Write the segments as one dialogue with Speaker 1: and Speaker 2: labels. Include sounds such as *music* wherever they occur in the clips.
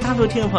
Speaker 1: 大陆听众朋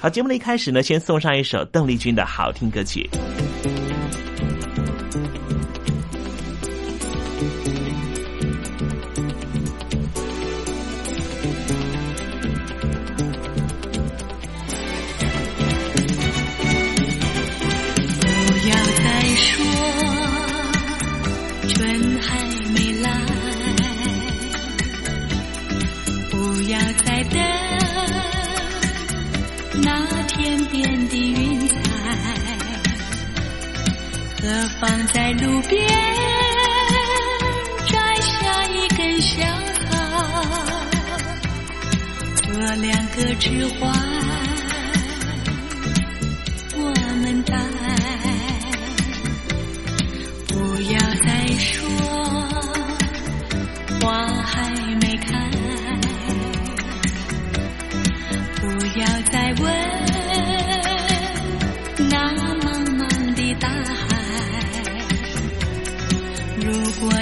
Speaker 1: 好，节目的一开始呢，先送上一首邓丽君的好听歌曲。
Speaker 2: 不要再说春还没来，不要再等那天边的云彩，何妨在路边摘下一根小草，做两个指环。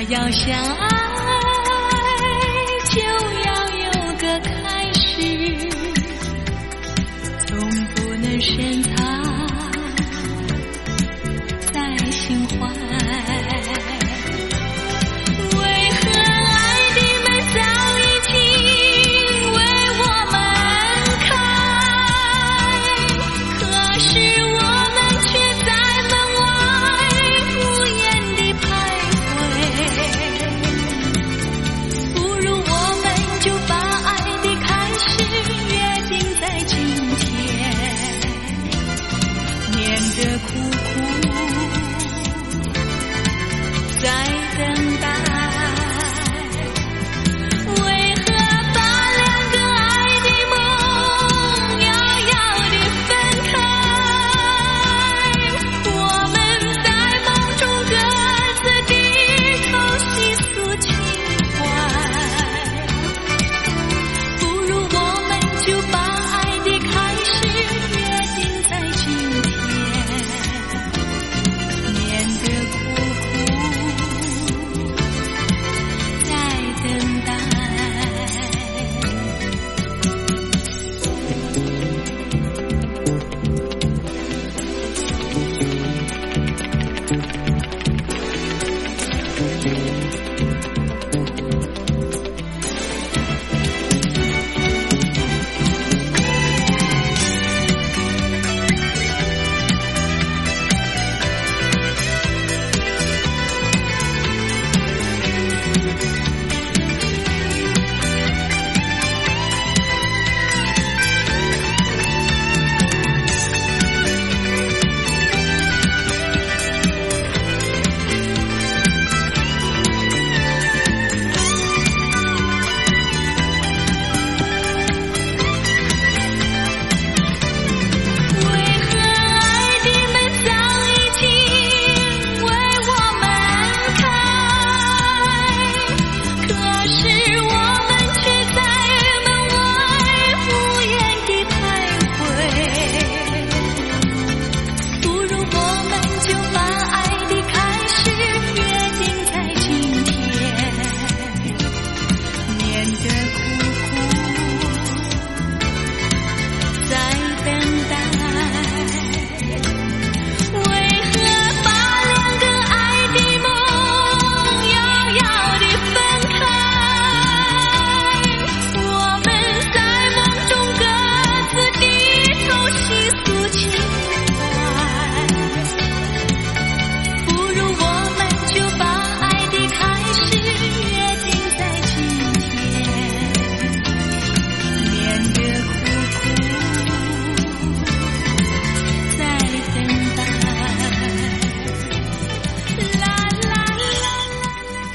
Speaker 2: 要相爱，就要有个开始，总不能深藏在心怀。为何爱的门早已经为我们开？可是我们却在门外无言地徘徊。不如我们就把爱的开始约定在今天，免得苦苦在等待。为何把两个爱的梦遥遥地分开？我们在梦中各自低头细诉情怀，不如我们就把爱的开始约定在今天，免得苦苦。在等待。为何爱的门早已经为我们开？可是我们却在门外无言地徘徊。不如我们就把爱的开始约定在今天，免得苦苦。在等待，为何把两个爱的梦遥遥地分开？我们在梦中各自低头细诉情怀，不如我们就把爱的开始约定在今天。免得苦苦在等待。啦啦啦！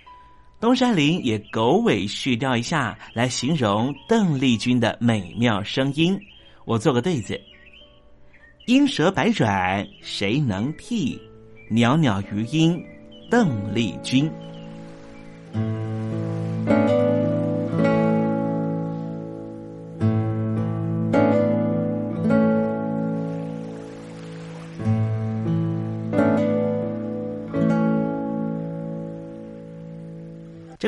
Speaker 1: 东山林也狗尾续貂一下来形容邓丽君的美妙声音。我做个对子：鹰蛇百转，谁能替？袅袅余音，邓丽君。这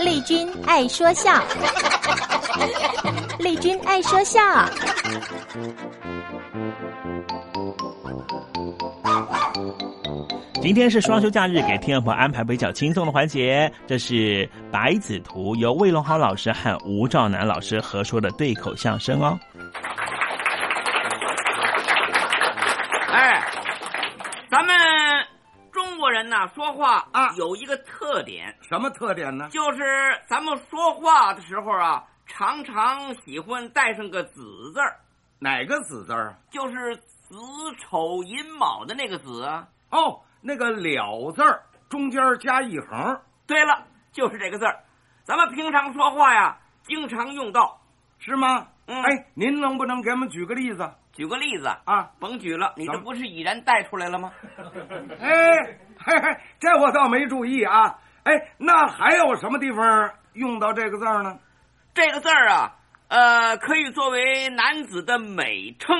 Speaker 3: 丽君爱说笑，丽君爱说笑，
Speaker 1: 今天是双休假日，给听众朋友安排比较轻松的环节。这是《白子图》，由魏龙豪老师和吴兆南老师合说的对口相声哦。
Speaker 4: 哎，咱们中国人呐，说话啊有一个特点，
Speaker 5: 什么特点呢？
Speaker 4: 就是咱们说话的时候啊，常常喜欢带上个“子”字儿，
Speaker 5: 哪个子字儿？
Speaker 4: 就是子丑寅卯的那个“子”啊。
Speaker 5: 哦，那个了字儿中间加一横。
Speaker 4: 对了，就是这个字儿。咱们平常说话呀，经常用到，
Speaker 5: 是吗？
Speaker 4: 嗯。
Speaker 5: 哎，您能不能给我们举个例子？
Speaker 4: 举个例子
Speaker 5: 啊，
Speaker 4: 甭举了，你这不是已然带出来了吗？
Speaker 5: 哎，嘿嘿，这我倒没注意啊。哎，那还有什么地方用到这个字儿呢？
Speaker 4: 这个字儿啊，呃，可以作为男子的美称。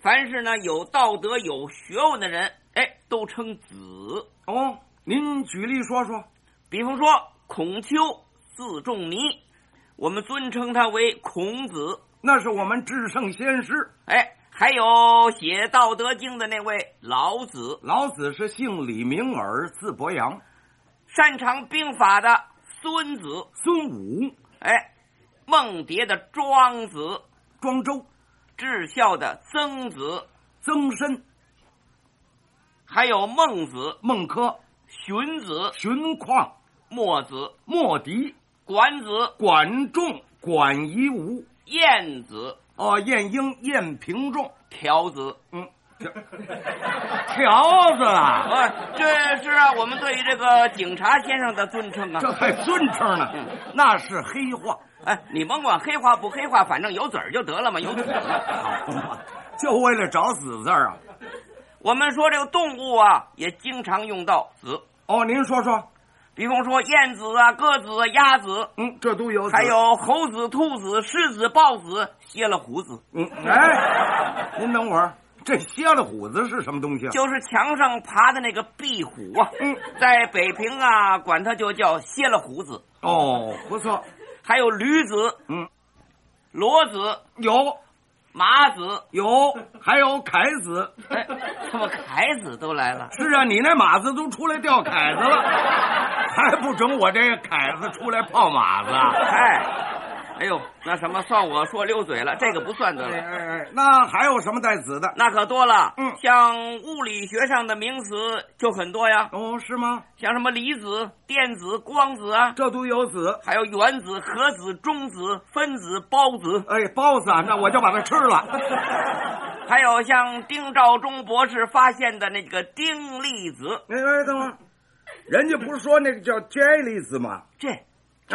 Speaker 4: 凡是呢有道德、有学问的人，哎，都称子。
Speaker 5: 哦，您举例说说。
Speaker 4: 比方说，孔丘，字仲尼，我们尊称他为孔子，
Speaker 5: 那是我们至圣先师。
Speaker 4: 哎。还有写《道德经》的那位老子，
Speaker 5: 老子是姓李，名耳，字伯阳，
Speaker 4: 擅长兵法的孙子
Speaker 5: 孙武，
Speaker 4: 哎，梦蝶的庄子
Speaker 5: 庄周，
Speaker 4: 智孝的曾子
Speaker 5: 曾参，
Speaker 4: 还有孟子
Speaker 5: 孟轲，
Speaker 4: 荀子
Speaker 5: 荀况，
Speaker 4: 墨子
Speaker 5: 墨翟，
Speaker 4: 管子
Speaker 5: 管仲，管夷吾，
Speaker 4: 晏子。
Speaker 5: 哦，晏婴、晏平仲、
Speaker 4: 条子，
Speaker 5: 嗯，条子啊，
Speaker 4: 啊，这是啊，我们对于这个警察先生的尊称啊，
Speaker 5: 这还尊称呢，
Speaker 4: 嗯、
Speaker 5: 那是黑话。
Speaker 4: 哎，你甭管黑话不黑话，反正有子儿就得了嘛，有子
Speaker 5: 儿，就为了找子字儿啊。
Speaker 4: 我们说这个动物啊，也经常用到子。
Speaker 5: 哦，您说说，
Speaker 4: 比方说燕子啊、鸽子、啊、鸭子，
Speaker 5: 嗯，这都有。
Speaker 4: 还有猴子、兔子、狮子、豹子、蝎了胡子。
Speaker 5: 嗯，哎，您等会儿，这蝎了虎子是什么东西、啊？
Speaker 4: 就是墙上爬的那个壁虎啊。
Speaker 5: 嗯，
Speaker 4: 在北平啊，管它就叫蝎了胡子。
Speaker 5: 哦，不错。
Speaker 4: 还有驴子，
Speaker 5: 嗯，
Speaker 4: 骡子
Speaker 5: 有，
Speaker 4: 马子
Speaker 5: 有，还有凯子。
Speaker 4: 哎，怎么凯子都来了？
Speaker 5: 是啊，你那马子都出来钓凯子了。还不准我这凯子出来泡马子、啊！
Speaker 4: 哎，哎呦，那什么，算我说溜嘴了，这个不算得了。
Speaker 5: 哎哎，那还有什么带子的？
Speaker 4: 那可多了。
Speaker 5: 嗯，
Speaker 4: 像物理学上的名词就很多呀。
Speaker 5: 哦，是吗？
Speaker 4: 像什么离子、电子、光子啊，
Speaker 5: 这都有子。
Speaker 4: 还有原子、核子、中子、分子、孢子。
Speaker 5: 哎，孢子，啊，那我就把它吃了。
Speaker 4: *laughs* 还有像丁肇中博士发现的那个丁粒子。
Speaker 5: 哎哎，等会儿。人家不是说那个叫 J 粒子吗？
Speaker 4: 这，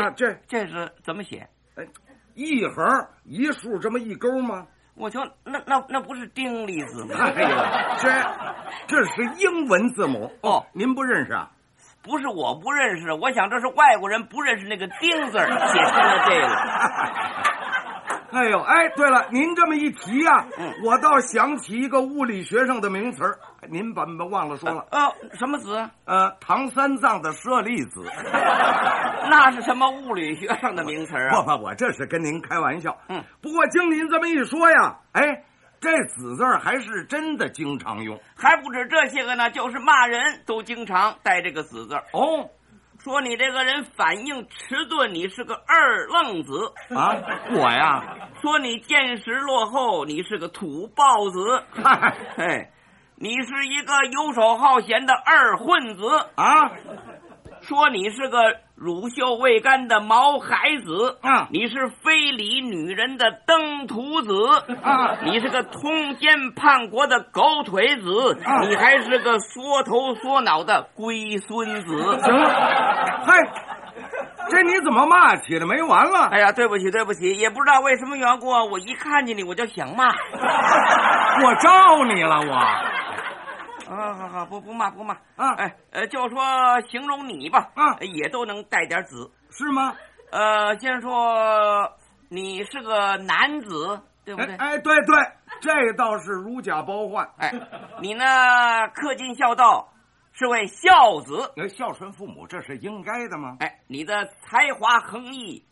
Speaker 5: 啊这
Speaker 4: 这是怎么写？
Speaker 5: 哎，一横一竖这么一勾吗？
Speaker 4: 我瞧那那那不是丁粒子吗？
Speaker 5: 哎呀，这这是英文字母
Speaker 4: 哦，
Speaker 5: 您不认识啊？
Speaker 4: 不是我不认识，我想这是外国人不认识那个丁字儿，写出了这个。
Speaker 5: 哎呦，哎，对了，您这么一提呀、啊，
Speaker 4: 嗯、
Speaker 5: 我倒想起一个物理学上的名词儿，您把忘了说了。
Speaker 4: 呃，什么子？
Speaker 5: *laughs* 呃，唐三藏的舍利子。
Speaker 4: 那是什么物理学上的名词啊？
Speaker 5: 不不，我这是跟您开玩笑。
Speaker 4: 嗯，
Speaker 5: 不过经您这么一说呀，哎，这子字儿还是真的经常用，
Speaker 4: 还不止这些个呢，就是骂人都经常带这个子字儿。
Speaker 5: 哦。
Speaker 4: 说你这个人反应迟钝，你是个二愣子
Speaker 5: 啊！我呀，
Speaker 4: 说你见识落后，你是个土豹 *laughs* 子，哎，你是一个游手好闲的二混子
Speaker 5: 啊！
Speaker 4: 说你是个乳臭未干的毛孩子
Speaker 5: 啊！
Speaker 4: 你是非礼女人的登徒子
Speaker 5: 啊！
Speaker 4: 你是个通奸叛国的狗腿子，
Speaker 5: 啊、
Speaker 4: 你还是个缩头缩脑的龟孙子。
Speaker 5: 行了，嗨，这你怎么骂起来没完了？
Speaker 4: 哎呀，对不起，对不起，也不知道为什么缘故，我一看见你我就想骂。
Speaker 5: 我招你了，我。
Speaker 4: 啊，好好不不骂不骂
Speaker 5: 啊！
Speaker 4: 哎呃，就说形容你吧哎
Speaker 5: 啊，
Speaker 4: 也都能带点子，
Speaker 5: 是吗？
Speaker 4: 呃，先说你是个男子，对不对？
Speaker 5: 哎,哎，对对，这倒是如假包换。
Speaker 4: 哎，你呢恪尽孝道，是位孝子，
Speaker 5: 哎孝顺父母，这是应该的吗？
Speaker 4: 哎，你的才华横溢，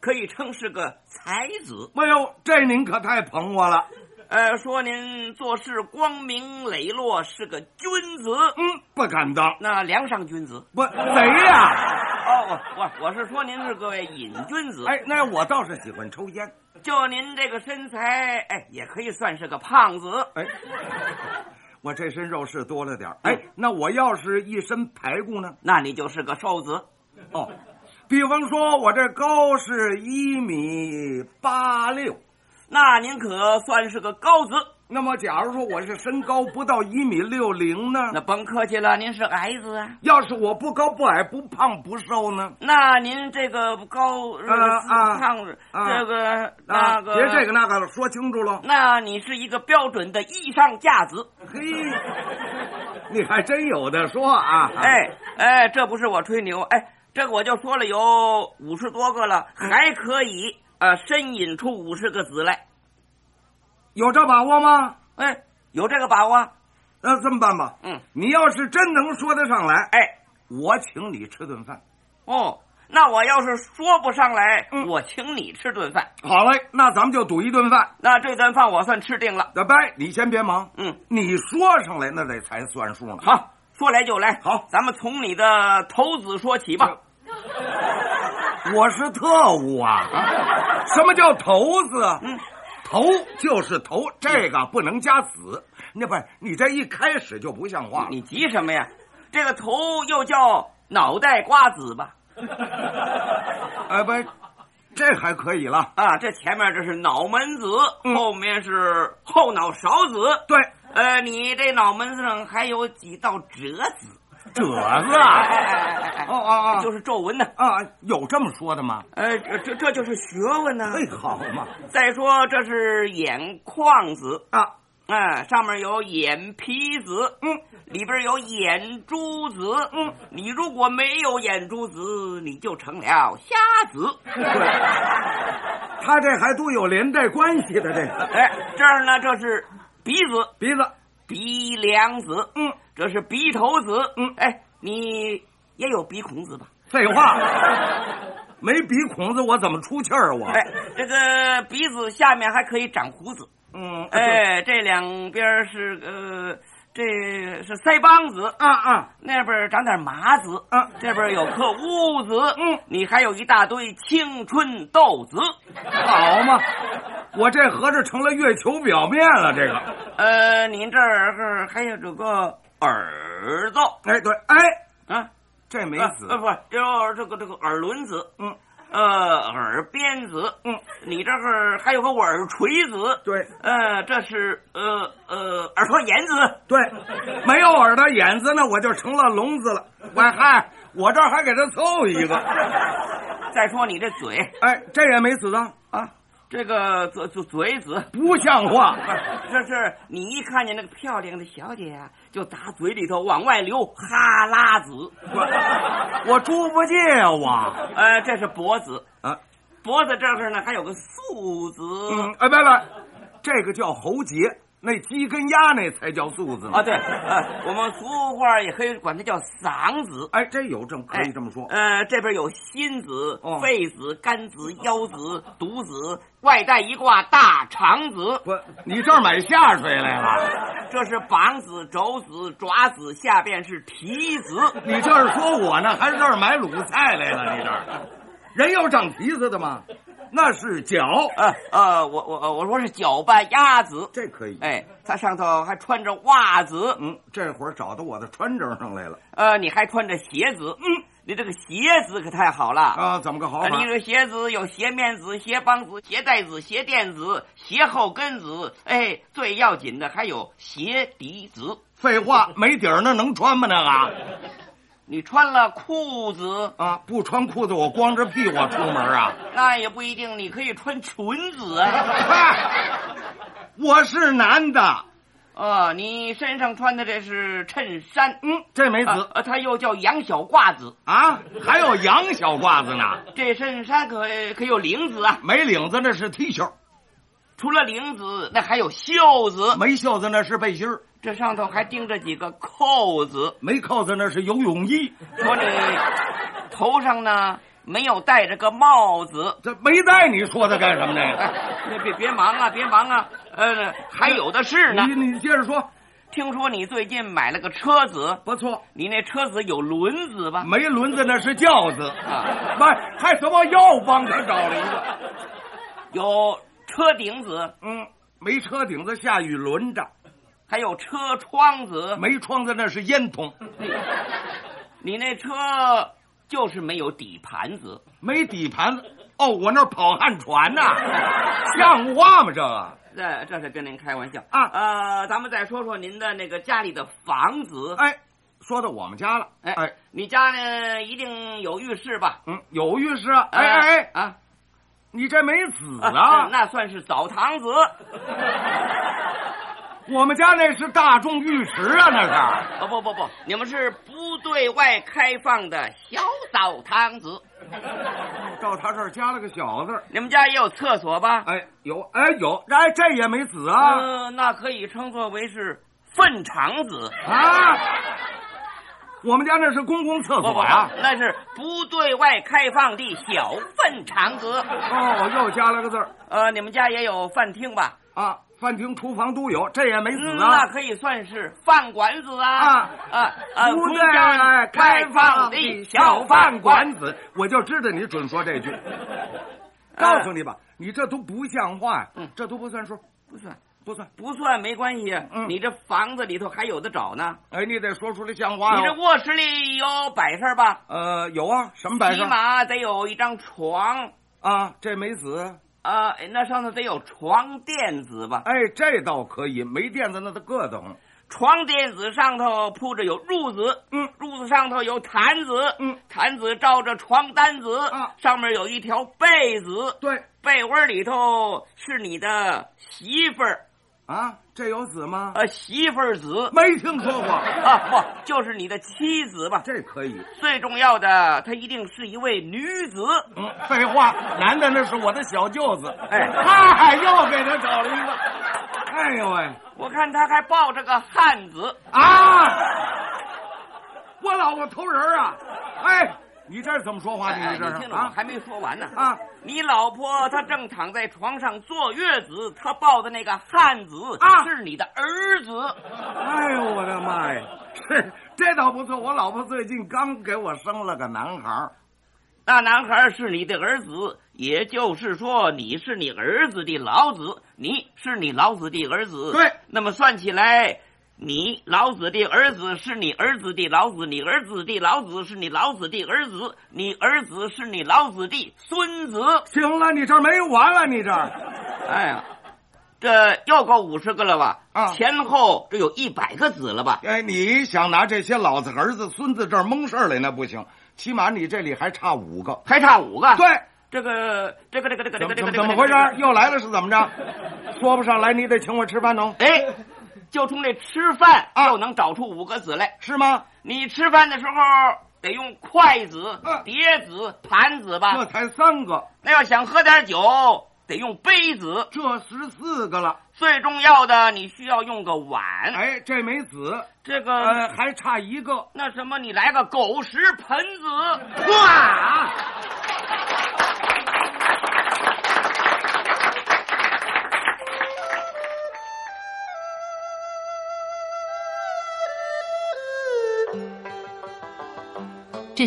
Speaker 4: 可以称是个才子。
Speaker 5: 哎呦，这您可太捧我了。
Speaker 4: 呃，说您做事光明磊落，是个君子。
Speaker 5: 嗯，不敢当。
Speaker 4: 那梁上君子
Speaker 5: 不谁呀？
Speaker 4: 哦，我我我是说您是各位瘾君子。
Speaker 5: 哎，那我倒是喜欢抽烟。
Speaker 4: 就您这个身材，哎，也可以算是个胖子。
Speaker 5: 哎，我这身肉是多了点儿哎，那我要是一身排骨呢？
Speaker 4: 那你就是个瘦子。
Speaker 5: 哦，比方说我这高是一米八六，
Speaker 4: 那您可算是个高子。
Speaker 5: 那么假如说我是身高不到一米六零呢？
Speaker 4: 那甭客气了，您是矮子啊。
Speaker 5: 要是我不高不矮不胖不瘦呢？
Speaker 4: 那您这个高呃
Speaker 5: 啊
Speaker 4: 胖子，
Speaker 5: 啊
Speaker 4: 这个、
Speaker 5: 啊，
Speaker 4: 那个，
Speaker 5: 别这个那个了，说清楚了。
Speaker 4: 那你是一个标准的衣裳架子。
Speaker 5: 嘿，你还真有的说啊！
Speaker 4: 哎哎，这不是我吹牛，哎，这个我就说了有五十多个了，
Speaker 5: 嗯
Speaker 4: 还可以啊，深引出五十个子来。
Speaker 5: 有这把握吗？
Speaker 4: 哎，有这个把握？
Speaker 5: 那这么办吧，
Speaker 4: 嗯，
Speaker 5: 你要是真能说得上来，
Speaker 4: 哎，
Speaker 5: 我请你吃顿饭。
Speaker 4: 哦，那我要是说不上来，
Speaker 5: 嗯
Speaker 4: 我请你吃顿饭。
Speaker 5: 好嘞，那咱们就赌一顿饭。
Speaker 4: 那这顿饭我算吃定了。
Speaker 5: 老白，你先别忙，
Speaker 4: 嗯，
Speaker 5: 你说上来那得才算数呢。
Speaker 4: 好，说来就来。
Speaker 5: 好
Speaker 4: 咱们从你的头子说起吧。
Speaker 5: *laughs* 我是特务啊！什么叫头子啊？
Speaker 4: 嗯
Speaker 5: 头就是头，这个不能加子。那不是你这一开始就不像话了。
Speaker 4: 你急什么呀？这个头又叫脑袋瓜子吧？
Speaker 5: *laughs* 哎，不，这还可以了。
Speaker 4: 啊，这前面这是脑门子，
Speaker 5: 嗯
Speaker 4: 后面是后脑勺子。
Speaker 5: 对，
Speaker 4: 呃，你这脑门子上还有几道褶子？
Speaker 5: 褶子
Speaker 4: 哎哎
Speaker 5: 啊！
Speaker 4: 哎哎哎！
Speaker 5: 哦哦哦
Speaker 4: 就是皱纹呢。
Speaker 5: 啊，有这么说的吗？
Speaker 4: 呃，这这这就是学问呢、
Speaker 5: 哎，好嘛
Speaker 4: 再说这是眼眶子，
Speaker 5: 啊！
Speaker 4: 嗯，上面有眼皮子，
Speaker 5: 嗯，
Speaker 4: 里边有眼珠子，嗯，你如果没有眼珠子，你就成了瞎子。
Speaker 5: 他这还都有连带关系的，这个
Speaker 4: 哎，这儿呢，这是鼻子，
Speaker 5: 鼻子，
Speaker 4: 鼻梁子，
Speaker 5: 嗯，
Speaker 4: 这是鼻头子，
Speaker 5: 嗯
Speaker 4: 哎，你也有鼻孔子吧？
Speaker 5: 废话，没鼻孔子我怎么出气儿啊？我，
Speaker 4: 哎，这个鼻子下面还可以长胡子，
Speaker 5: 嗯，对，
Speaker 4: 哎，这两边儿是呃，这是腮帮子，
Speaker 5: 啊啊。
Speaker 4: 那边儿长点麻子，
Speaker 5: 啊
Speaker 4: 这边儿有颗乌子，
Speaker 5: 嗯，
Speaker 4: 你还有一大堆青春痘子，
Speaker 5: 好嘛，我这合着成了月球表面了。这个，
Speaker 4: 呃，您这儿还有这个耳朵
Speaker 5: 哎，对，哎，
Speaker 4: 啊，
Speaker 5: 这没死，
Speaker 4: 呃，不，这有这个这个耳轮子，
Speaker 5: 嗯，
Speaker 4: 呃，耳边子，
Speaker 5: 嗯，
Speaker 4: 你这儿还有个耳垂子，
Speaker 5: 对
Speaker 4: 呃，这是呃呃耳朵眼子，
Speaker 5: 对，没有耳朵眼子呢，我就成了聋子了。喂嗨，我这儿还给他凑一个，
Speaker 4: *laughs* 再说你这嘴
Speaker 5: 哎，这也没死啊，
Speaker 4: 啊，这个嘴嘴嘴子。
Speaker 5: 不像话。
Speaker 4: *laughs* 这是你一看见那个漂亮的小姐啊，就打嘴里头往外流哈喇子，
Speaker 5: *laughs* 我我猪八戒啊，我
Speaker 4: 呃，这是脖子，
Speaker 5: 啊，
Speaker 4: 脖子这儿呢还有个素子、
Speaker 5: 嗯，哎，拜拜，这个叫喉结，那鸡跟鸭那才叫素子呢
Speaker 4: 啊，。对，呃，我们俗话也可以管它叫嗓子，
Speaker 5: 哎，这有证可
Speaker 4: 哎
Speaker 5: 以这么说。
Speaker 4: 呃，这边有心子
Speaker 5: 哦、
Speaker 4: 肺子、肝子、腰子、肚子，外带一挂大肠子，
Speaker 5: 不，你这儿买下水来了。
Speaker 4: *laughs* 这是膀子、肘子、爪子，下边是蹄子。
Speaker 5: 你这是说我呢，还是这儿买卤菜来了？你这儿，人有长蹄子的吗？那是脚，
Speaker 4: 呃呃，我我呃我说是搅拌鸭子，
Speaker 5: 这可以。
Speaker 4: 哎，它上头还穿着袜子，
Speaker 5: 嗯，这会儿找到我的穿着上来了
Speaker 4: 呃，你还穿着鞋子，嗯，你这个鞋子可太好了啊！
Speaker 5: 啊？怎么个好法？
Speaker 4: 你这鞋子有鞋面子、鞋帮子、鞋带子、鞋垫子、鞋后跟子，哎，最要紧的还有鞋底子。
Speaker 5: 废话，没底儿那能穿吗？那个
Speaker 4: 你穿了裤子，
Speaker 5: 啊，不穿裤子我光着屁股出门啊？
Speaker 4: 那也不一定，你可以穿裙子啊。 *laughs*
Speaker 5: 嗨，我是男的，
Speaker 4: 啊，你身上穿的这是衬衫，
Speaker 5: 嗯，这没
Speaker 4: 啊
Speaker 5: 子
Speaker 4: 呃，它又叫羊小褂子。
Speaker 5: 啊，还有羊小褂子呢，
Speaker 4: 这衬衫可可有领子啊，
Speaker 5: 没领子那是 T 恤，
Speaker 4: 除了领子，那还有袖子，
Speaker 5: 没袖子那是背心儿，
Speaker 4: 这上头还钉着几个扣子。
Speaker 5: 没扣子那是游泳衣。
Speaker 4: 说你头上呢没有戴着个帽子。
Speaker 5: 这没戴，你说他干什么呢？
Speaker 4: *laughs* 哎别别忙啊，别忙啊，呃，还有的是呢。
Speaker 5: 你你接着说。
Speaker 4: 听说你最近买了个车子，
Speaker 5: 不错。
Speaker 4: 你那车子有轮子吧？
Speaker 5: 没轮子那是轿子啊！妈，还什么又帮他找了一个？
Speaker 4: 有车顶子，
Speaker 5: 嗯，没车顶子下雨轮着。
Speaker 4: 还有车窗子，
Speaker 5: 没窗子那是烟筒。
Speaker 4: *laughs* 你那车就是没有底盘子，
Speaker 5: 没底盘子。哦，我那跑旱船
Speaker 4: *laughs*
Speaker 5: 呐、啊，像话吗？这个。
Speaker 4: 这这是跟您开玩笑
Speaker 5: 啊！
Speaker 4: 呃，咱们再说说您的那个家里的房子。
Speaker 5: 哎，说到我们家了。哎哎，
Speaker 4: 你家呢一定有浴室吧？
Speaker 5: 嗯，有浴室。哎哎哎
Speaker 4: 啊！
Speaker 5: 你这没子啊？
Speaker 4: 那算是澡堂子。
Speaker 5: 我们家那是大众浴池啊，那是。
Speaker 4: 哦不不不，你们是不对外开放的小澡堂子。
Speaker 5: 到他这儿加了个小字
Speaker 4: 你们家也有厕所吧？
Speaker 5: 哎，有，哎有，哎这也没子啊。
Speaker 4: 嗯、呃，那可以称作为是粪场子
Speaker 5: 啊。我们家那是公共厕所呀、啊，
Speaker 4: 那是不对外开放的小粪场子。
Speaker 5: 哦，又加了个字儿。
Speaker 4: 呃，你们家也有饭厅吧？
Speaker 5: 啊。饭厅、厨房都有，这也没死啊、嗯，
Speaker 4: 那可以算是饭馆子啊啊啊！
Speaker 5: 不对，
Speaker 4: 开放的小饭馆呃
Speaker 5: 子，我就知道你准说这句。告诉你吧，你这都不像话呀、
Speaker 4: 嗯，
Speaker 5: 这都不算数，
Speaker 4: 不算，
Speaker 5: 不算，
Speaker 4: 不算没关系、嗯。你这房子里头还有的找呢。
Speaker 5: 哎，你得说出来像话、哦。
Speaker 4: 你这卧室里有摆设吧？
Speaker 5: 呃，有啊，什么摆设？
Speaker 4: 起码得有一张床
Speaker 5: 啊，这没死。
Speaker 4: 啊、呃，那上头得有床垫子吧？
Speaker 5: 哎，这倒可以，没垫子那都硌得慌。
Speaker 4: 床垫子上头铺着有褥子，
Speaker 5: 嗯，
Speaker 4: 褥子上头有毯子，
Speaker 5: 嗯，
Speaker 4: 毯子罩着床单子，
Speaker 5: 啊，
Speaker 4: 上面有一条被子，
Speaker 5: 对，
Speaker 4: 被窝里头是你的媳妇儿，
Speaker 5: 啊，这有子吗？
Speaker 4: 呃，媳妇儿子
Speaker 5: 没听说过
Speaker 4: 啊，不，就是你的妻子吧？
Speaker 5: 这可以。
Speaker 4: 最重要的，她一定是一位女子。
Speaker 5: 嗯，废话，男的那是我的小舅子。
Speaker 4: 哎，
Speaker 5: 嗨、哎，又给他找了一个。哎呦喂、哎，
Speaker 4: 我看他还抱着个汉子
Speaker 5: 啊！我老婆偷人啊！哎。你这是怎么说话？
Speaker 4: 哎、
Speaker 5: 你这是、
Speaker 4: 哎、听着、啊，还没说完呢
Speaker 5: 啊！
Speaker 4: 你老婆她正躺在床上坐月子，她抱的那个汉子
Speaker 5: 啊，
Speaker 4: 是你的儿子。
Speaker 5: 哎呦我的妈呀！这这倒不错，我老婆最近刚给我生了个男孩
Speaker 4: 那男孩是你的儿子，也就是说你是你儿子的老子，你是你老子的儿子。
Speaker 5: 对，
Speaker 4: 那么算起来。你老子的儿子是你儿子的老子，你儿子的老子是你老子的儿子，你儿子是你老子的孙子。
Speaker 5: 行了，你这没完了，你这，
Speaker 4: 哎呀，这又够五十个了吧？
Speaker 5: 啊，
Speaker 4: 前后这有一百个子了吧？
Speaker 5: 哎，你想拿这些老子、儿子、孙子这儿蒙事儿来，那不行，起码你这里还差五个，
Speaker 4: 还差五个。
Speaker 5: 对，
Speaker 4: 这个这个这个这个这个这个
Speaker 5: 怎么回事？又来了是怎么
Speaker 4: *laughs*
Speaker 5: 着？说不上来，你得请我吃饭哦。
Speaker 4: 哎。就冲这吃饭就能找出五个子来，
Speaker 5: 是吗？
Speaker 4: 你吃饭的时候得用筷子、
Speaker 5: 嗯、
Speaker 4: 碟子、盘子吧？
Speaker 5: 这才三个。
Speaker 4: 那要想喝点酒，得用杯子。
Speaker 5: 这十四个了。
Speaker 4: 最重要的，你需要用个碗。
Speaker 5: 哎，这没子，
Speaker 4: 这个、
Speaker 5: 呃、还差一个。
Speaker 4: 那什么，你来个狗食盆子，哇！
Speaker 6: 这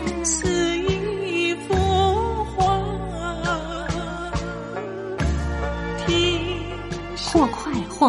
Speaker 2: 看似一幅画，听。
Speaker 6: 或快或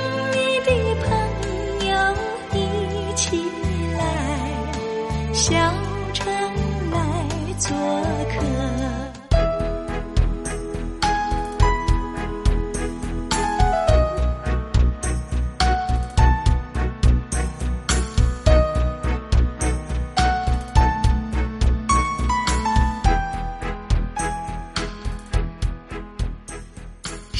Speaker 2: 你的朋友一。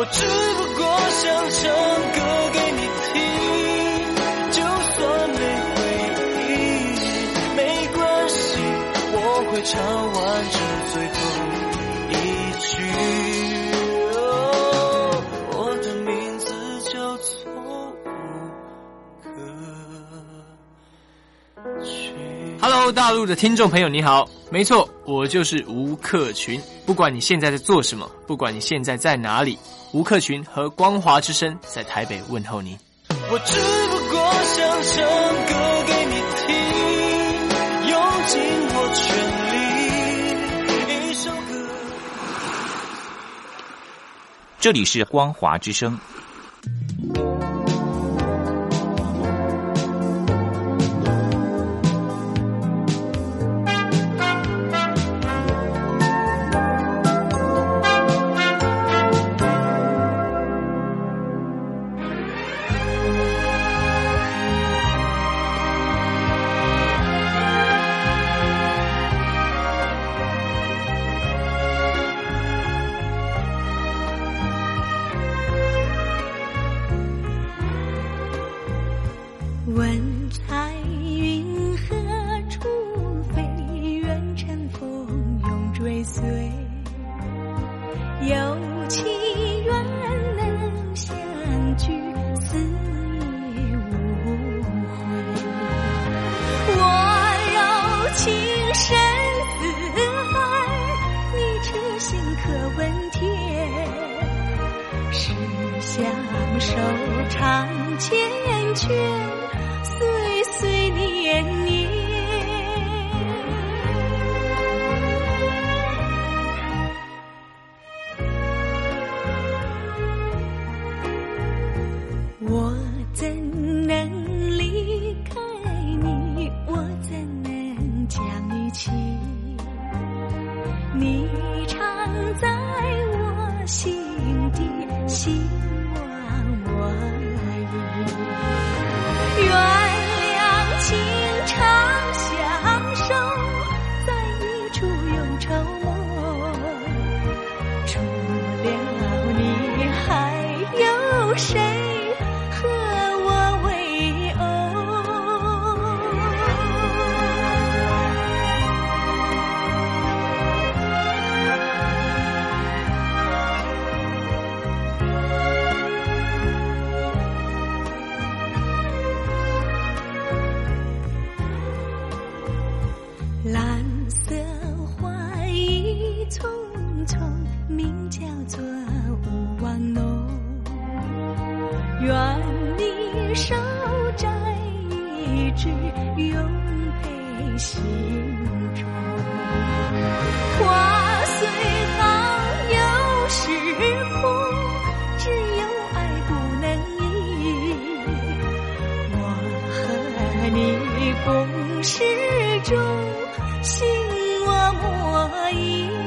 Speaker 7: 我只不过想唱歌给你听，就算没回忆，没关系，我会唱完这最后一句。哦我的名字叫错无可取。
Speaker 8: Hello，大陆的听众朋友，你好，没错，我就是吴克群。不管你现在在做什么，不管你现在在哪里，吴克群和光华之声在台北问候您。
Speaker 7: 我只不过想唱歌给你听，用尽我全力，一首歌。
Speaker 9: 这里是光华之声。
Speaker 2: 问彩云何处飞？愿乘风永追随。有情缘能相聚，死亦无悔。我柔情深似海，你痴心可温甜。是相守长缱绻，岁岁年年。我怎能离开你？我怎能将你弃？你常在我心底，希望我依。原谅情长相守，在一处永绸缪。除了你，还有谁和我为偶？蓝色花一丛丛，名叫做勿忘浓。愿你手摘一枝，永陪心中。花虽好，有时枯，只有爱不能移。和你共事中，心我莫疑。